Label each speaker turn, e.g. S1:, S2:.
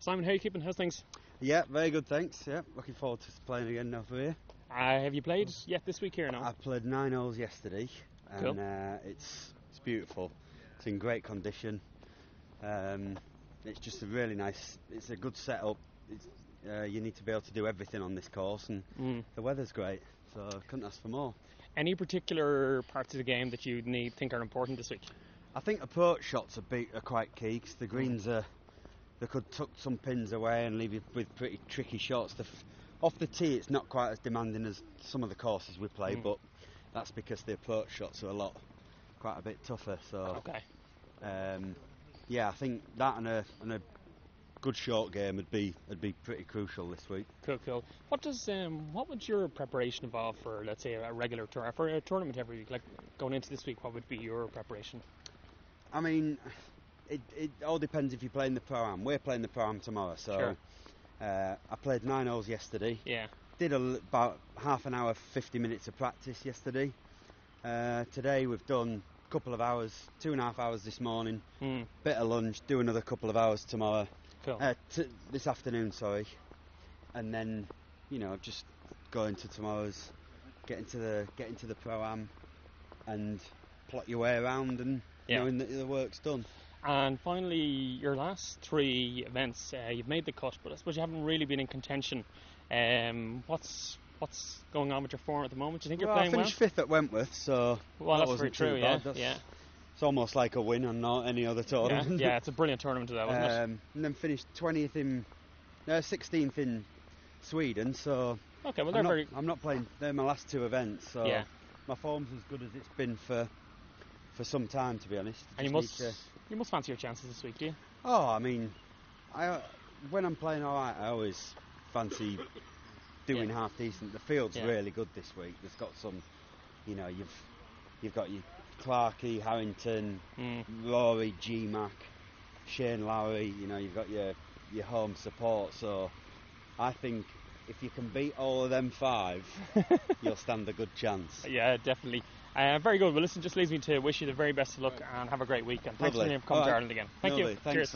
S1: Simon, how are you keeping? How's things?
S2: Yeah, very good, thanks. Yeah, looking forward to playing again now for here.
S1: Uh, have you played yet this week here now?
S2: I played nine holes yesterday, and
S1: Cool.
S2: uh, it's it's beautiful. It's in great condition. Um, it's just a really nice. It's a good setup. It's, uh, you need to be able to do everything on this course, and
S1: Mm.
S2: the weather's great, so couldn't ask for more.
S1: Any particular parts of the game that you need think are important this week?
S2: I think approach shots are, be- are quite key 'cause the greens are they could tuck some pins away and leave you with pretty tricky shots. The f- off the tee, it's not quite as demanding as some of the courses we play,
S1: Mm.
S2: but that's because the approach shots are a lot, quite a bit tougher. So
S1: Okay.
S2: um, yeah, I think that and a and a good short game would be would be pretty crucial this week.
S1: Cool, cool. What does um, what would your preparation involve for, let's say, a regular tour for a tournament every week? Like going into this week, what would be your preparation?
S2: I mean, it, it all depends if you're playing the pro am. We're playing the pro am tomorrow, so.
S1: Sure.
S2: Uh, I played nine holes yesterday.
S1: Yeah.
S2: did a l about half an hour, 50 minutes of practice yesterday. Uh, today we've done a couple of hours, two and a half hours this morning,
S1: Mm.
S2: bit of lunch, do another couple of hours tomorrow,
S1: Cool.
S2: uh, t- this afternoon, sorry. And then, you know, just going to tomorrow's, getting to the getting to the pro am, and plot your way around and
S1: Yeah.
S2: knowing that the work's done.
S1: And finally, your last three events, uh, you've made the cut, but I suppose you haven't really been in contention. Um, what's what's going on with your form at the moment? Do you think
S2: well,
S1: you're
S2: I
S1: playing well?
S2: finished fifth at Wentworth, so
S1: Well,
S2: that
S1: that's very
S2: wasn't
S1: true.
S2: too
S1: Yeah,
S2: bad. That's-
S1: yeah,
S2: it's almost like a win and not any other
S1: yeah,
S2: tournament.
S1: yeah. It's a brilliant tournament today, wasn't it?
S2: Um, and then finished 20th in, no, 16th in Sweden. So
S1: Okay, well
S2: I'm,
S1: they're
S2: not,
S1: very
S2: I'm not playing. They're my last two events. So
S1: yeah.
S2: my form's as good as it's been for for some time, to be honest.
S1: And you must
S2: Just need to-
S1: you must fancy your chances this week, do you?
S2: oh, I mean, I when I'm playing all right, I always fancy doing
S1: Yeah.
S2: half decent. The field's
S1: Yeah.
S2: really good this week. There's got some, you know, you've you've got your Clarkey, Harrington,
S1: Mm.
S2: Rory G Mac, Shane Lowry, you know, you've got your your home support, so I think if you can beat all of them five, you'll stand a good chance.
S1: Yeah, definitely. Uh, very good. Well, listen, just leaves me to wish you the very best of luck and have a great weekend. Thanks
S2: Lovely.
S1: for coming
S2: All
S1: to
S2: right.
S1: Ireland again. Thank
S2: Lovely.
S1: you.
S2: Thanks,
S1: Cheers.
S2: mate.